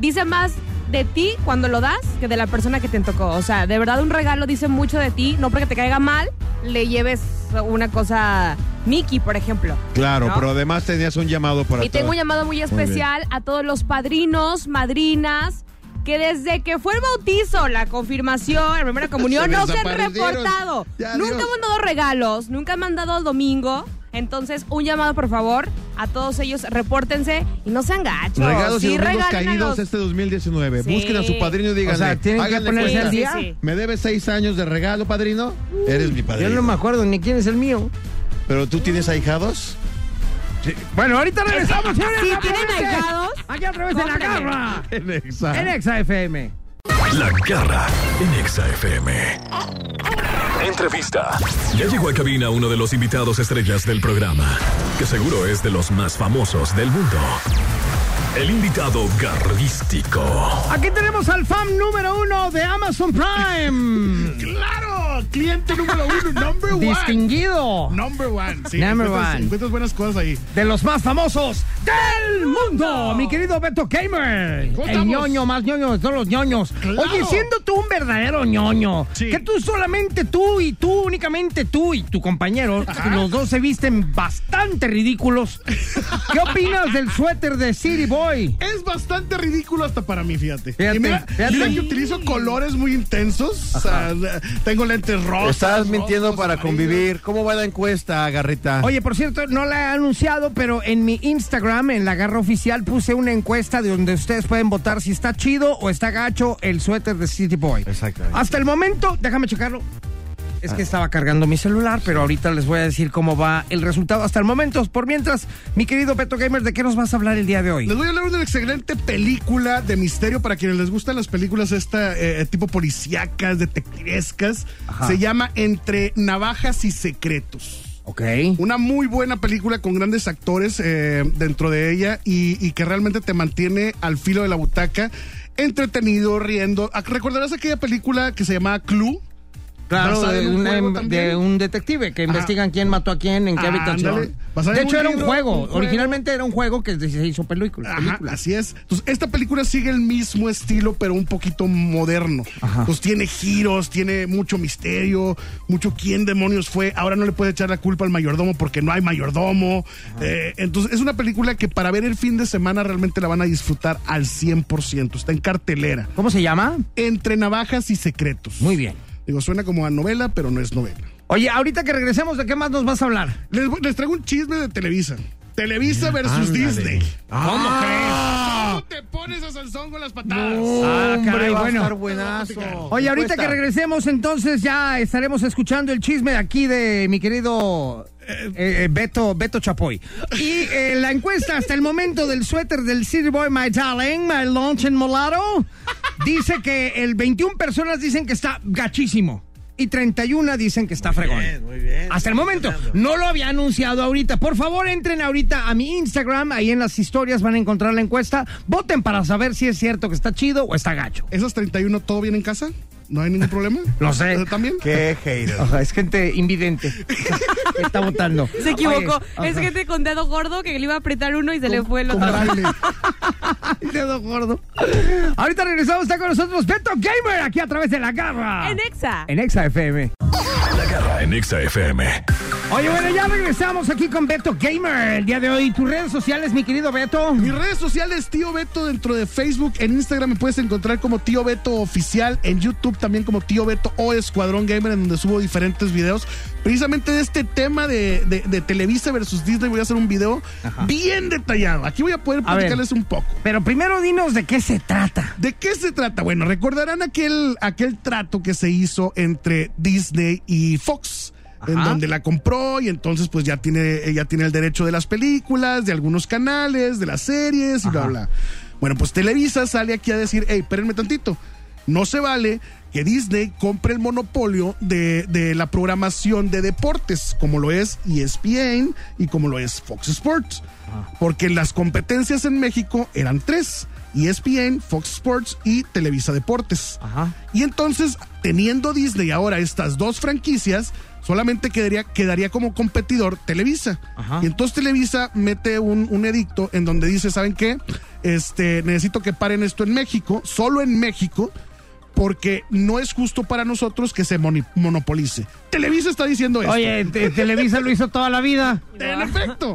C: dice más de ti cuando lo das que de la persona que te tocó. O sea, de verdad un regalo dice mucho de ti. No porque te caiga mal, le lleves una cosa Mickey, por ejemplo.
D: Claro,
C: ¿No?
D: pero además tenías un llamado para
C: Y tengo
D: todas-
C: un llamado muy especial a todos los padrinos, madrinas, que desde que fue el bautizo, la confirmación, la primera comunión,
H: Se
C: no se han
H: desaparecieron.
C: reportado.
H: Ya,
C: nunca
H: adiós.
C: hemos dado regalos, nunca me han dado el domingo. Entonces, un llamado, por favor, a todos ellos, repórtense y no sean gachos.
H: Regalos
C: Sí,
H: y domingos
C: regalen a
H: caídos
C: los-
H: este 2019.
C: Sí.
H: Busquen a su padrino y díganle.
J: O sea, tienen que
H: háganle
J: ponerse
H: cuenta.
J: al día.
H: ¿Me debes seis años de regalo, padrino? Eres mi
J: Yo
H: padrino.
J: no me acuerdo ni quién es el mío.
H: ¿Pero tú tienes ahijados?
B: Bueno, ahorita regresamos, señores.
C: Sí,
B: a
C: tienen
B: través de-
C: ahijados.
B: Aquí a través de la
C: Cómprenle.
B: garra. En
H: Exacto.
B: Exa FM.
A: La garra en Exa FM. Entrevista. Ya llegó a cabina uno de los invitados estrellas del programa, que seguro es de los más famosos del mundo. El invitado garrístico.
B: Aquí tenemos al fan número uno de Amazon Prime.
I: Claro, cliente número uno, number one.
B: Distinguido.
I: Number one, sí.
B: Number
I: encuentras,
B: one.
I: encuentras buenas cosas ahí.
B: De los más famosos del mundo. Mi querido Beto Gamer.
I: ¿Cómo
B: El
I: estamos?
B: ñoño más ñoño de todos los ñoños.
I: Claro.
B: Oye, siendo tú un verdadero ñoño,
I: Sí.
B: que tú solamente tú y tú, únicamente tú y tu compañero, los dos se visten bastante ridículos. ¿Qué opinas del suéter de City Boy?
I: Es bastante ridículo hasta para mí, fíjate.
B: Fíjate,
I: Y mira,
B: fíjate.
I: mira que utilizo colores muy intensos. o sea, tengo lentes rosas.
J: Estás
I: rojos,
J: mintiendo para
I: amarillos.
J: convivir. ¿Cómo va la encuesta, Garrita?
B: Oye, por cierto, no la he anunciado, pero en mi Instagram, en la garra oficial, puse una encuesta de donde ustedes pueden votar si está chido o está gacho el suéter de City Boy.
J: Exactamente.
B: Hasta el momento, déjame checarlo. Es que estaba cargando mi celular, pero ahorita les voy a decir cómo va el resultado hasta el momento. Por mientras, mi querido Peto Gamer, ¿de qué nos vas a hablar el día de
I: Les
B: hoy?
I: voy a hablar de una excelente película de misterio para quienes les gustan las películas esta eh, tipo policíacas, detectivescas.
B: Ajá.
I: Se llama Entre navajas y secretos.
B: Ok.
I: Una muy buena película con grandes actores eh, dentro de ella y, y que realmente te mantiene al filo de la butaca, entretenido, riendo. Ah, ¿Recordarás aquella película que se llamaba Clue?
B: Claro,
I: Basada
B: de
I: en un
B: un,
I: juego
B: em-
I: también.
B: de un detective que investigan quién mató a quién, en qué
I: Ándale.
B: habitación.
I: Basada
B: De
I: en
B: hecho,
I: un
B: era un
I: libro,
B: juego.
I: un juego.
B: Originalmente era un juego que se hizo película.
I: Ajá,
B: película.
I: así es. Entonces, esta película sigue el mismo estilo, pero un poquito moderno. Pues tiene giros, tiene mucho misterio, mucho quién demonios fue. Ahora no le puede echar la culpa al mayordomo porque no hay mayordomo. Eh, entonces, es una película que para ver el fin de semana realmente la van a disfrutar al 100%. Está en cartelera.
B: ¿Cómo se llama?
I: Entre navajas y secretos.
B: Muy bien.
I: Digo, suena como a novela, pero no es novela.
B: Oye, ahorita que regresemos, ¿de qué más nos vas a hablar?
I: Les, voy- les traigo un chisme de Televisa. Televisa versus Disney.
J: Ah,
I: Ah.
B: ¿Cómo
I: ¿Cómo te pones a Sansón con las patadas?
B: Ah, caray,
J: va a
B: bueno.
J: estar buenazo.
B: Oye, ahorita
J: Encuesta.
B: que regresemos, entonces ya estaremos escuchando el chisme de aquí de mi querido eh, eh, Beto, Beto Chapoy. Y eh, la encuesta hasta el momento del suéter del City Boy, my darling, my lunch and mulatto, dice que el 21 personas dicen que está gachísimo. Y 31 dicen que está fregón.
J: muy bien.
B: Hasta el momento. No lo había anunciado ahorita. Por favor, entren ahorita a mi Instagram. Ahí en las historias van a encontrar la encuesta. Voten para saber si es cierto que está chido o está gacho.
I: ¿Esas 31 todo bien en casa? ¿No hay ningún problema?
B: Lo sé.
I: Eh, ¿También?
J: Qué hater.
B: Ajá, es gente invidente. que está votando.
C: Se equivocó.
B: Oye, ajá.
C: es gente con dedo gordo que le iba a apretar uno y se le fue el
I: Con
C: otro.
I: braille.
B: Dedo gordo. Ahorita regresamos. Está con nosotros Beto Gamer aquí a través de la garra.
C: En Exa.
B: En Exa FM.
A: La garra en Exa FM.
B: Oye, bueno, ya regresamos aquí con Beto Gamer el día de hoy. Tus redes sociales, mi querido Beto.
I: Mis redes sociales, Tío Beto, dentro de Facebook, en Instagram me puedes encontrar como Tío Beto Oficial, en YouTube también como Tío Beto o Escuadrón Gamer, en donde subo diferentes videos. Precisamente de este tema de, de- de Televisa versus Disney voy a hacer un video bien detallado. Aquí voy a poder
B: A ver.
I: platicarles un poco.
B: Pero primero dinos de qué se trata.
I: ¿De qué se trata? Bueno, recordarán aquel, aquel trato que se hizo entre Disney y Fox. En
B: Ajá.
I: donde la compró y entonces pues ya tiene, ella tiene el derecho de las películas, de algunos canales, de las series y bla, bla. Bueno, pues Televisa sale aquí a decir, hey, espérenme tantito, no se vale que Disney compre el monopolio de, de la programación de deportes, como lo es E ESPN y como lo es Fox Sports. Porque las competencias en México eran tres, ESPN, Fox Sports y Televisa Deportes.
B: Ajá.
I: Y entonces, teniendo Disney ahora estas dos franquicias, solamente quedaría, quedaría como competidor Televisa.
B: Ajá.
I: Y entonces Televisa mete un, un edicto en donde dice, ¿saben qué? Este, necesito que paren esto en México, solo en México, porque no es justo para nosotros que se moni- monopolice. Televisa está diciendo esto.
B: Oye, te- Televisa lo hizo toda la vida.
I: En efecto.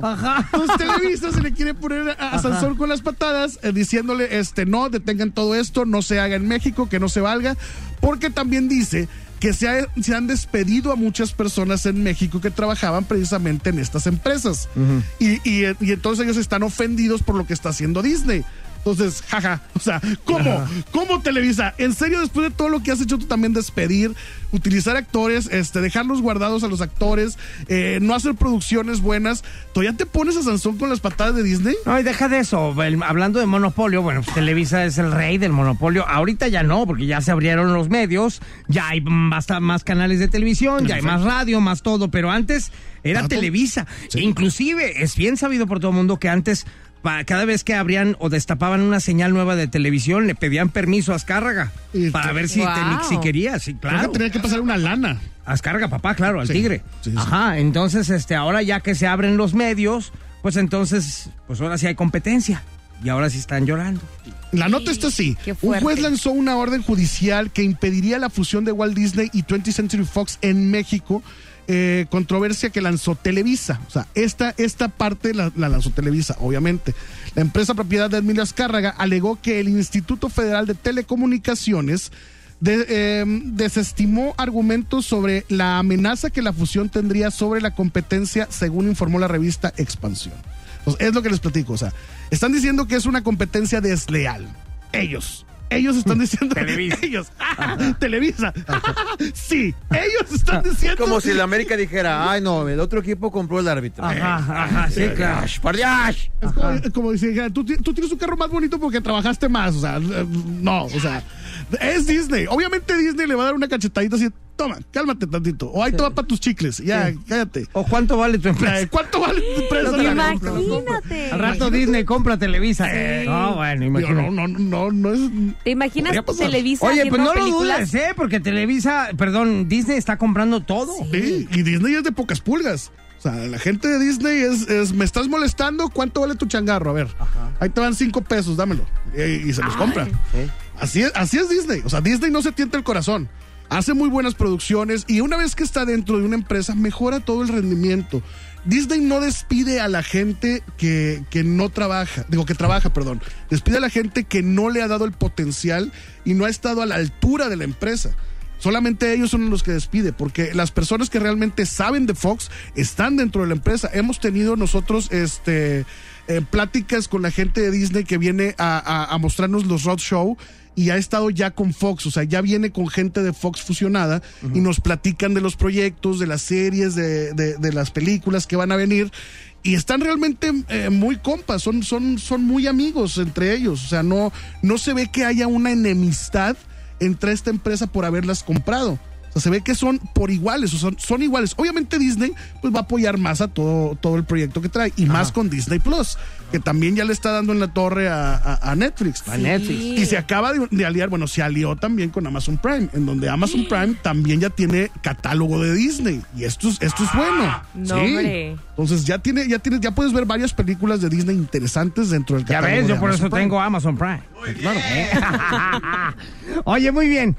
I: Entonces Televisa se le quiere poner a- a Sansón con las patadas eh, diciéndole, este, no, detengan todo esto, no se haga en México, que no se valga, porque también dice que se, ha- se han despedido a muchas personas en México que trabajaban precisamente en estas empresas. y, y, eh, y entonces ellos están ofendidos por lo que está haciendo Disney. Entonces, jaja, o sea, ¿cómo? ¿Cómo Televisa? En serio, después de todo lo que has hecho tú también despedir, utilizar actores, este, dejarlos guardados a los actores, eh, no hacer producciones buenas, ¿todavía te pones a Sansón con las patadas de Disney?
B: No, y deja de eso. El- hablando de monopolio, bueno, pues Televisa es el rey del monopolio. Ahorita ya no, porque ya se abrieron los medios, ya hay más, más canales de televisión, ya hay más radio, más todo. Pero antes era Televisa. Inclusive es bien sabido por todo el mundo que antes pa- cada vez que abrían o destapaban una señal nueva de televisión le pedían permiso a Azcárraga para ver si, te-
I: Wow.
B: si quería, sí, claro.
I: Creo que tenía que pasar una lana.
B: Azcárraga, papá, claro, al tigre. Ajá, entonces, este, ahora ya que se abren los medios, pues entonces, pues ahora sí hay competencia. Y ahora sí están llorando.
I: La nota está así. Un
B: fuerte.
I: juez lanzó una orden judicial que impediría la fusión de Walt Disney y 20th Century Fox en México. eh, controversia que lanzó Televisa. O sea, esta, esta parte la, la lanzó Televisa, obviamente. La empresa propiedad de Emilio Azcárraga alegó que el Instituto Federal de Telecomunicaciones de- eh, desestimó argumentos sobre la amenaza que la fusión tendría sobre la competencia, según informó la revista Expansión. Entonces, es lo que les platico. O sea, están diciendo que es una competencia desleal. Ellos. Ellos están diciendo. Televisa. Ellos. Televisa. sí. Ellos están diciendo.
J: Como si la América dijera, ay no, el otro equipo compró el árbitro.
D: Ah.
B: Ajá, ajá, sí, claro.
J: ¡Pardiash!
I: Es como, como dice, "Ja, tú, ti- tú tienes un carro más bonito porque trabajaste más. O sea, eh, no, o sea, es Disney. Obviamente Disney le va a dar una cachetadita así, toma, cálmate tantito. O ahí te va para tus chicles, ya, cállate.
B: ¿O cuánto vale tu empresa?
I: ¿Cuánto vale tu empresa?
B: Lo que
I: La-
C: Imagínate.
B: Al rato Disney compra Televisa. Eh, No, bueno,
I: Digo,
B: imagínate.
I: no, no, no, no es.
C: ¿Te imaginas
I: Podría pasar.
C: Televisa
B: Oye, pues
C: haciendo
B: no lo
C: películas?
B: dudes, ¿eh? Porque Televisa, perdón, Disney está comprando todo.
I: Sí, y Disney es de pocas pulgas. O sea, la gente de Disney es, es, me estás molestando, ¿cuánto vale tu changarro? A ver, ahí te van cinco pesos, dámelo. Y, y se los compra. Así es, así es Disney. O sea, Disney no se tienta el corazón. Hace muy buenas producciones y una vez que está dentro de una empresa, mejora todo el rendimiento. Disney no despide a la gente que, que no trabaja, digo que trabaja, perdón. Despide a la gente que no le ha dado el potencial y no ha estado a la altura de la empresa. Solamente ellos son los que despide, porque las personas que realmente saben de Fox están dentro de la empresa. Hemos tenido nosotros este eh, pláticas con la gente de Disney que viene a, a- a mostrarnos los Road Show y ha estado ya con Fox, o sea, ya viene con gente de Fox fusionada y nos platican de los proyectos, de las series, de, de- de las películas que van a venir. Y están realmente eh, muy compas, son, son, son muy amigos entre ellos. O sea, no, no se ve que haya una enemistad entre esta empresa por haberlas comprado. O sea, se ve que son por iguales, o son, son iguales. Obviamente Disney pues va a apoyar más a todo, todo el proyecto que trae, y más con Disney Plus, que también ya le está dando en la torre a, a- a Netflix.
B: A Netflix. Sí.
I: Y se acaba de, de aliar, bueno, se alió también con Amazon Prime, en donde Amazon Prime también ya tiene catálogo de Disney. Y esto es, esto es bueno.
C: Ah, No,
I: Sí.
C: hombre.
I: Entonces ya tiene, ya tienes, ya puedes ver varias películas de Disney interesantes dentro del
B: Ya
I: catálogo.
B: ves,
I: de
B: yo por
I: Amazon
B: eso
I: Prime.
B: tengo Amazon Prime. Oye, muy bien.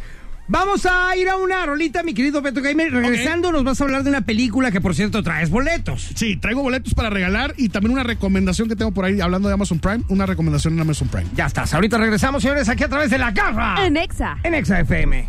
B: Vamos a ir a una rolita, mi querido Beto Gamer. Regresando, nos vas a hablar de una película que, por cierto, traes boletos.
I: Sí, traigo boletos para regalar y también una recomendación que tengo por ahí hablando de Amazon Prime, una recomendación en Amazon Prime.
B: Ya estás. Ahorita regresamos, señores, aquí a través de la garra.
C: En Exa.
B: En Exa FM.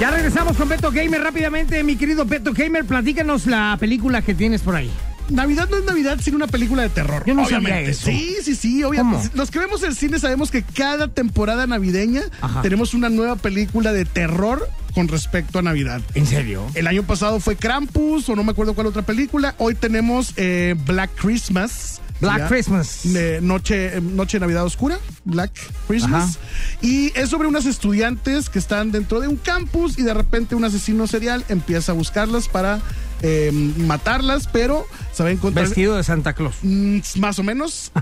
B: Ya regresamos con Beto Gamer rápidamente, mi querido Beto Gamer. Platícanos la película que tienes por ahí.
I: Navidad no es Navidad sin una película de terror.
B: Yo no sabía
I: obviamente.
B: eso.
I: Sí, sí, sí, obviamente.
B: ¿Cómo?
I: Los que vemos el cine sabemos que cada temporada navideña
B: Ajá.
I: tenemos una nueva película de terror con respecto a Navidad.
B: ¿En serio?
I: El año pasado fue Krampus o no me acuerdo cuál otra película. Hoy tenemos eh, Black Christmas.
B: Black Christmas.
I: Eh, noche, eh, noche de Navidad Oscura, Black Christmas. Y es sobre unas estudiantes que están dentro de un campus y de repente un asesino serial empieza a buscarlas para eh, matarlas, pero sabe encontrar.
B: Vestido de Santa Claus.
I: Mm, más o menos.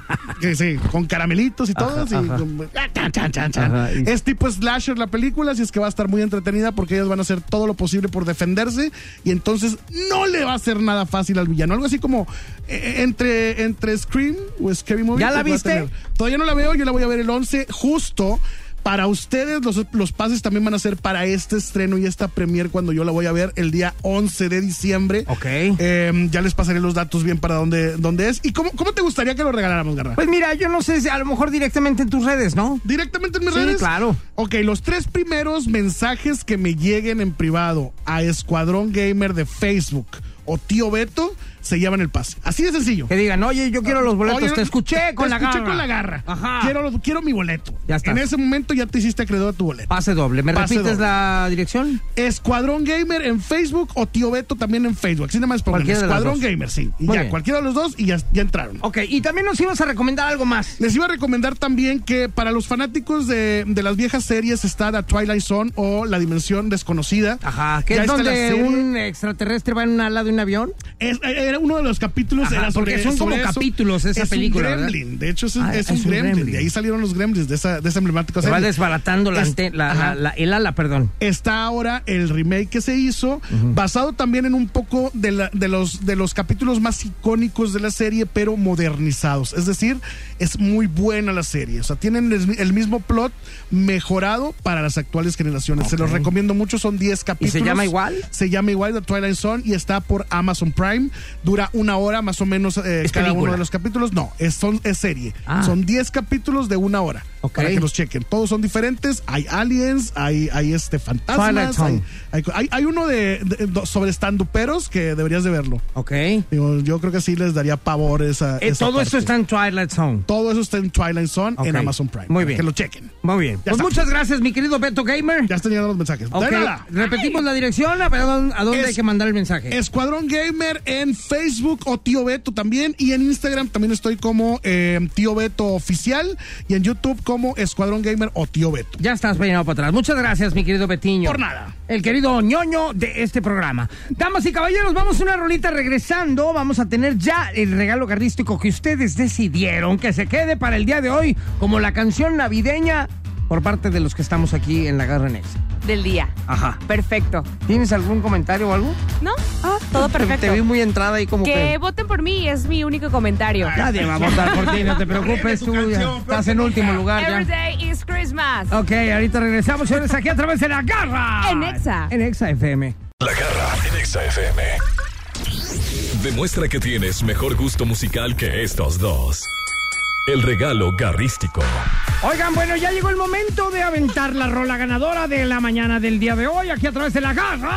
I: que sí, con caramelitos y todo.
B: Ajá,
I: y-
B: ajá.
I: chan, chan, chan, chan.
B: Ajá, y-
I: Es tipo slasher la película, así es que va a estar muy entretenida porque ellos van a hacer todo lo posible por defenderse y entonces no le va a ser nada fácil al villano. Algo así como eh, entre, entre Scream o Scary Movie.
B: ¿Ya la
I: pues, va a
B: viste?
I: tener. Todavía no la veo, yo la voy a ver el 11 justo. Para ustedes los, los pases también van a ser para este estreno y esta premier cuando yo la voy a ver el día 11 de diciembre.
B: Ok.
I: Em, ya les pasaré los datos bien para dónde, dónde es. ¿Y cómo, cómo te gustaría que lo regaláramos, Garra?
B: Pues mira, yo no sé, si- a lo mejor directamente en tus redes, ¿no?
I: Directamente en mis
B: Sí,
I: redes.
B: claro.
I: Ok, los tres primeros mensajes que me lleguen en privado a Escuadrón Gamer de Facebook o Tío Beto se llevan el pase. Así de sencillo.
B: Que digan, oye, yo quiero los boletos,
I: Oye,
B: te escuché con
I: te
B: la
I: escuché
B: garra.
I: con la garra.
B: Ajá.
I: Quiero, los- quiero mi boleto.
B: Ya está.
I: En ese momento ya te hiciste acreedor a tu boleto.
B: Pase doble. ¿Me
I: Pase
B: repites
I: doble.
B: la dirección?
I: Escuadrón Gamer en Facebook o Tío Beto también en Facebook. Así nada más pongan
B: Cualquiera de las
I: Escuadrón
B: dos.
I: Gamer, sí. Y
B: Muy
I: ya,
B: bien.
I: cualquiera de los dos y ya, ya entraron.
B: Ok, y también nos ibas a recomendar algo más.
I: Les iba a recomendar también que para los fanáticos de, de las viejas series está The Twilight Zone o La Dimensión Desconocida.
B: Ajá, que
I: Ya
B: es
I: está la
B: donde
I: serie.
B: un extraterrestre va en un ala de un avión.
I: Es- era uno de los capítulos.
B: Ajá,
I: era sobre,
B: porque son como
I: sobre eso.
B: capítulos esa
I: es
B: película,
I: Un
B: ¿verdad?
I: gremlin. De hecho, es, un-
B: Ah,
I: es un, gremlin. De ahí salieron los gremlins de esa, de esa emblemática
B: Se va
I: serie.
B: desbaratando la
I: Es-
B: ante- la- la-
I: ajá.
B: la- el ala, perdón.
I: Está ahora el remake que se hizo, basado también en un poco de, la- de los, de los capítulos más icónicos de la serie, pero modernizados. Es decir, es muy buena la serie. O sea, tienen el, el mismo plot mejorado para las actuales generaciones. Se los recomiendo mucho, son 10 capítulos.
B: llama igual?
I: Se llama igual The Twilight Zone y está por Amazon Prime. Dura una hora más o menos eh,
B: ¿Es
I: cada uno
B: película?
I: de los capítulos. No, es, son, es serie.
B: Ah.
I: Son 10 capítulos de una hora.
B: Ok.
I: Para que los chequen. Todos son diferentes. Hay aliens, hay, hay este
B: Twilight
I: fantasmas.
B: Zone.
I: Hay, hay, hay- hay uno de, de- do- sobre standuperos que deberías de verlo.
B: Ok.
I: Digo, yo creo que sí les daría pavor esa.
B: Eh,
I: esa
B: todo
I: parte.
B: esto está en Twilight Zone.
I: Todo eso está en Twilight Zone
B: Ok.
I: en Amazon Prime.
B: Muy
I: para
B: bien.
I: Que lo chequen.
B: Muy bien. pues
I: está.
B: muchas gracias, mi querido Beto Gamer.
I: Ya están llegando los mensajes. De
B: Ok,
I: nada.
B: Repetimos la dirección, a, perdón, a dónde
I: Es-
B: hay que mandar el mensaje.
I: Escuadrón Gamer en Facebook o Tío Beto también. Y en Instagram también estoy como eh, Tío Beto Oficial. Y en YouTube como Escuadrón Gamer o Tío Beto.
B: Ya estás peinado para atrás. Muchas gracias, mi querido Petiño.
I: Por nada.
B: El querido ñoño de este programa. Damas y caballeros, vamos a una rolita regresando. Vamos a tener ya el regalo carrístico que ustedes decidieron que se quede para el día de hoy como la canción navideña por parte de los que estamos aquí en la Garra Nexa.
C: Del día.
B: Ajá.
C: Perfecto.
B: ¿Tienes algún comentario o algo?
C: ¿No? Ah, todo
B: Te-
C: perfecto.
B: Te vi muy entrada ahí como
C: Que
B: que... Ah,
C: voten por mí es mi único comentario.
B: Nadie va a votar por ti, no te preocupes, tú ya estás en último lugar ya.
C: Every day is Christmas.
B: Ok, ahorita regresamos, señores, aquí a través de la garra.
C: En Exa.
B: En Exa FM.
A: La garra en Exa FM. Demuestra que tienes mejor gusto musical que estos dos. El regalo garrístico.
B: Oigan, bueno, ya llegó el momento de aventar la rola ganadora de la mañana del día de hoy, aquí a través de la garra.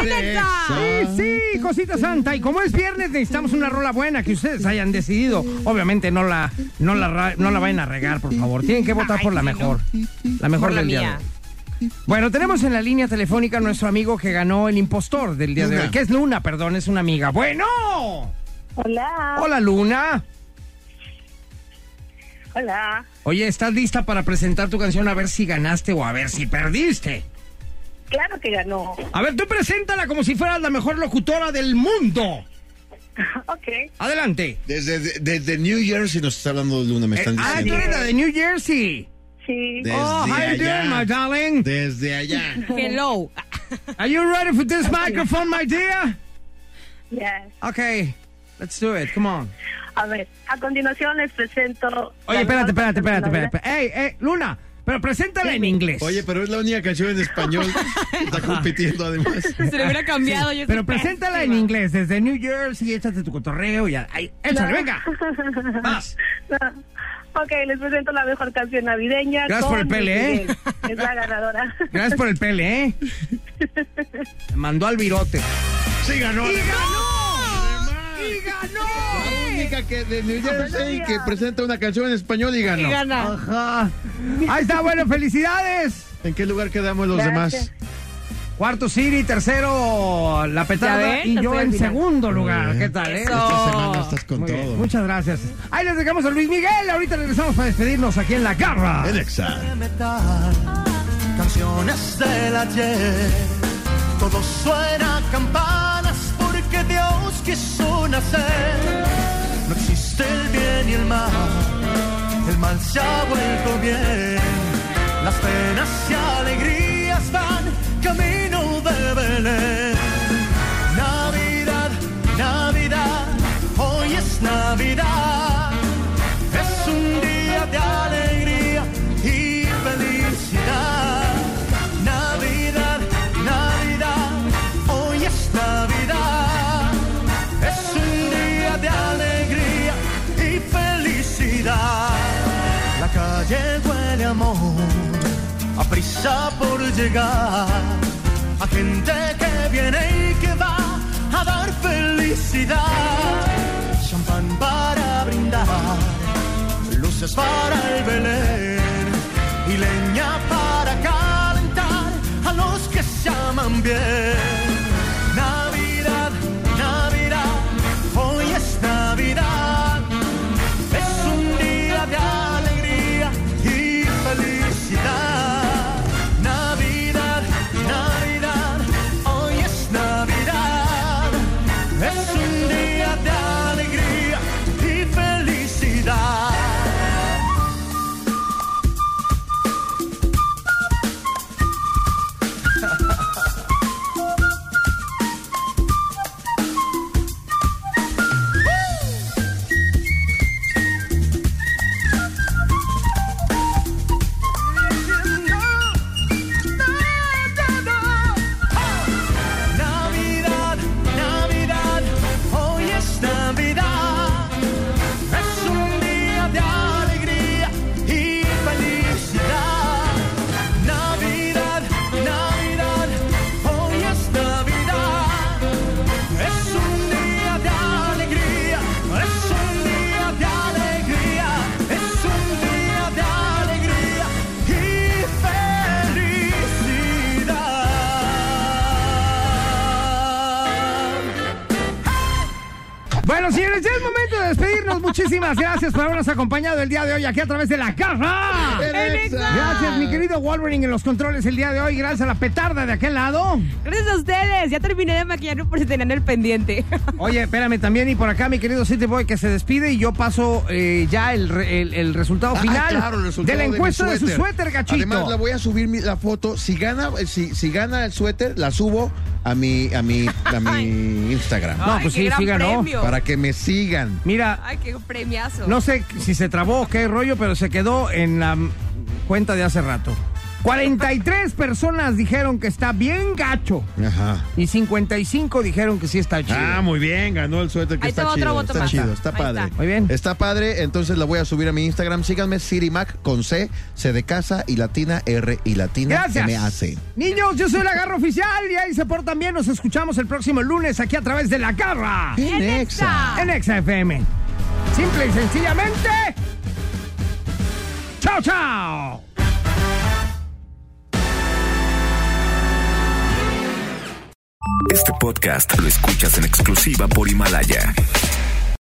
C: En Exa.
B: Sí, sí, cosita santa. Y como es viernes, necesitamos una rola buena que ustedes hayan decidido. Obviamente no la, no la, ra- no la vayan a regar, por favor. Tienen que votar por la mejor. La mejor
C: Por la
B: del día. de
C: mía.
B: hoy. Bueno, tenemos en la línea telefónica a nuestro amigo que ganó el impostor del día de
H: Luna.
B: hoy, que es Luna, perdón, es una amiga. Bueno.
F: Hola.
B: Hola, Luna.
F: Hola.
B: Oye, ¿estás lista para presentar tu canción a ver si ganaste o a ver si perdiste?
F: Claro que ganó.
B: A ver, tú preséntala como si fueras la mejor locutora del mundo.
F: ok.
B: Adelante.
D: Desde, de- desde New Jersey nos está hablando Luna, me están
B: Eh, ah, tú
D: diciendo.
B: eres la de New Jersey.
F: Sí.
D: Desde
B: oh, how you
D: allá.
B: doing, my darling?
D: Desde allá.
C: Hello.
B: Are you ready for this microphone, my dear?
F: Yes.
B: Okay, let's do it. Come on.
F: A ver, a continuación les presento.
B: Oye,
F: la
B: espérate,
F: mejor
B: espérate, espérate,
F: canción
B: espérate. Ey, ey, Luna, pero preséntala en inglés.
D: Oye, pero es la única canción en español. Está compitiendo además.
C: Se le hubiera cambiado. yo
B: Pero
C: soy
B: preséntala en
C: pésima.
B: inglés desde New Jersey, échate tu cotorreo y ay, échale, venga. Vas.
F: navideña. Ok, les presento la mejor canción navideña.
B: Gracias por
F: con
B: el pele, ¿eh?
F: Luis Miguel. Es la ganadora.
B: Gracias por el pele, ¿eh? Me mandó al virote.
D: Sí, ganó.
B: ¡Y ganó! ¡Y
D: La
B: ganó!
D: única que de New Jersey
F: Buenos
D: que
F: días.
D: presenta una canción en español y
C: Y
D: ganó.
B: Ah.
C: gana.
B: Ajá. Ahí está, bueno, felicidades.
D: ¿En qué lugar quedamos los
F: Gracias.
D: demás?
B: Cuarto Siri, tercero la
C: Ya
B: petada
C: ven,
B: y
C: no
B: yo
C: estoy
B: en
C: al final.
B: segundo lugar. ¿Qué tal, eh?
C: Eso.
D: Esta semana estás con
B: Muy bien,
D: todo.
B: muchas gracias. Ahí les dejamos a Luis Miguel. Ahorita regresamos para despedirnos aquí en La Garra.
D: En Exa.
G: metal, canciones del ayer. Todo suena a campanas porque que Dios quiso nacer. No existe el bien y el mal, el mal se ha vuelto bien. Las penas y alegrías van camino de Belén. Navidad, Navidad, hoy es Navidad. Es un día de alegría y felicidad. Navidad, Navidad, hoy es Navidad. Es un día de alegría y felicidad. La calle huele a amor, a prisa por llegar. A gente que viene y que va a dar felicidad. Champán para brindar luces para el Belén y leña para calentar a los que se aman bien. Navidad, Navidad, hoy es Navidad, es un día de alegría y felicidad. Navidad, Navidad, hoy es Navidad, es un día de alegría y felicidad. Navidad, Navidad, hoy es Navidad. Es un día de alegría y felicidad. Navidad, Navidad, hoy es Navidad. Es un día de alegría, es un día de alegría, es un día de alegría y felicidad.
B: Bueno, señores, ya es momento de despedirnos. Muchísimas gracias por habernos acompañado el día de hoy aquí a través de la garra. Gracias, mi querido Wolverine, en los controles el día de hoy. Gracias a la petarda de aquel lado.
C: Gracias a ustedes. Ya terminé de maquillarme por si tenían el pendiente.
B: Oye, espérame también. Y por acá, mi querido City Boy, que se despide. Y yo paso eh, ya el, re- el- el resultado
H: Ah,
B: final
H: claro, el resultado
B: de la
H: mi
B: encuesta de, su suéter, gachito.
H: Además, la voy a subir mi- la foto. Si gana, eh, si, si gana el suéter, la subo a mi, a mi, a mi Instagram.
B: No, Ay, pues qué sí, gran sí ganó. premio.
H: Para que me sigan.
B: Mira,
C: Ay, qué premiazo.
B: no sé si se trabó o qué rollo, pero se quedó en la mm, cuenta de hace rato. 43 personas dijeron que está bien gacho.
H: Ajá.
B: Y 55 dijeron que sí está chido.
H: Ah, muy bien, ganó el suéter que
C: Ahí te
H: está
C: va otro
H: chido.
C: voto
H: Está
C: más.
H: chido, está
C: Ahí
H: padre.
C: está.
B: Muy bien.
H: Está padre, entonces la voy a subir a mi Instagram. Síganme, Sirimac con C, C de casa y latina, R y latina.
B: Gracias.
H: Me hace.
B: Niños, yo soy la garra oficial y ahí se portan bien. Nos escuchamos el próximo lunes aquí a través de la garra.
H: En Exa.
B: En Exa FM. Simple y sencillamente. ¡Chao, chao!
K: Este podcast lo escuchas en exclusiva por Himalaya.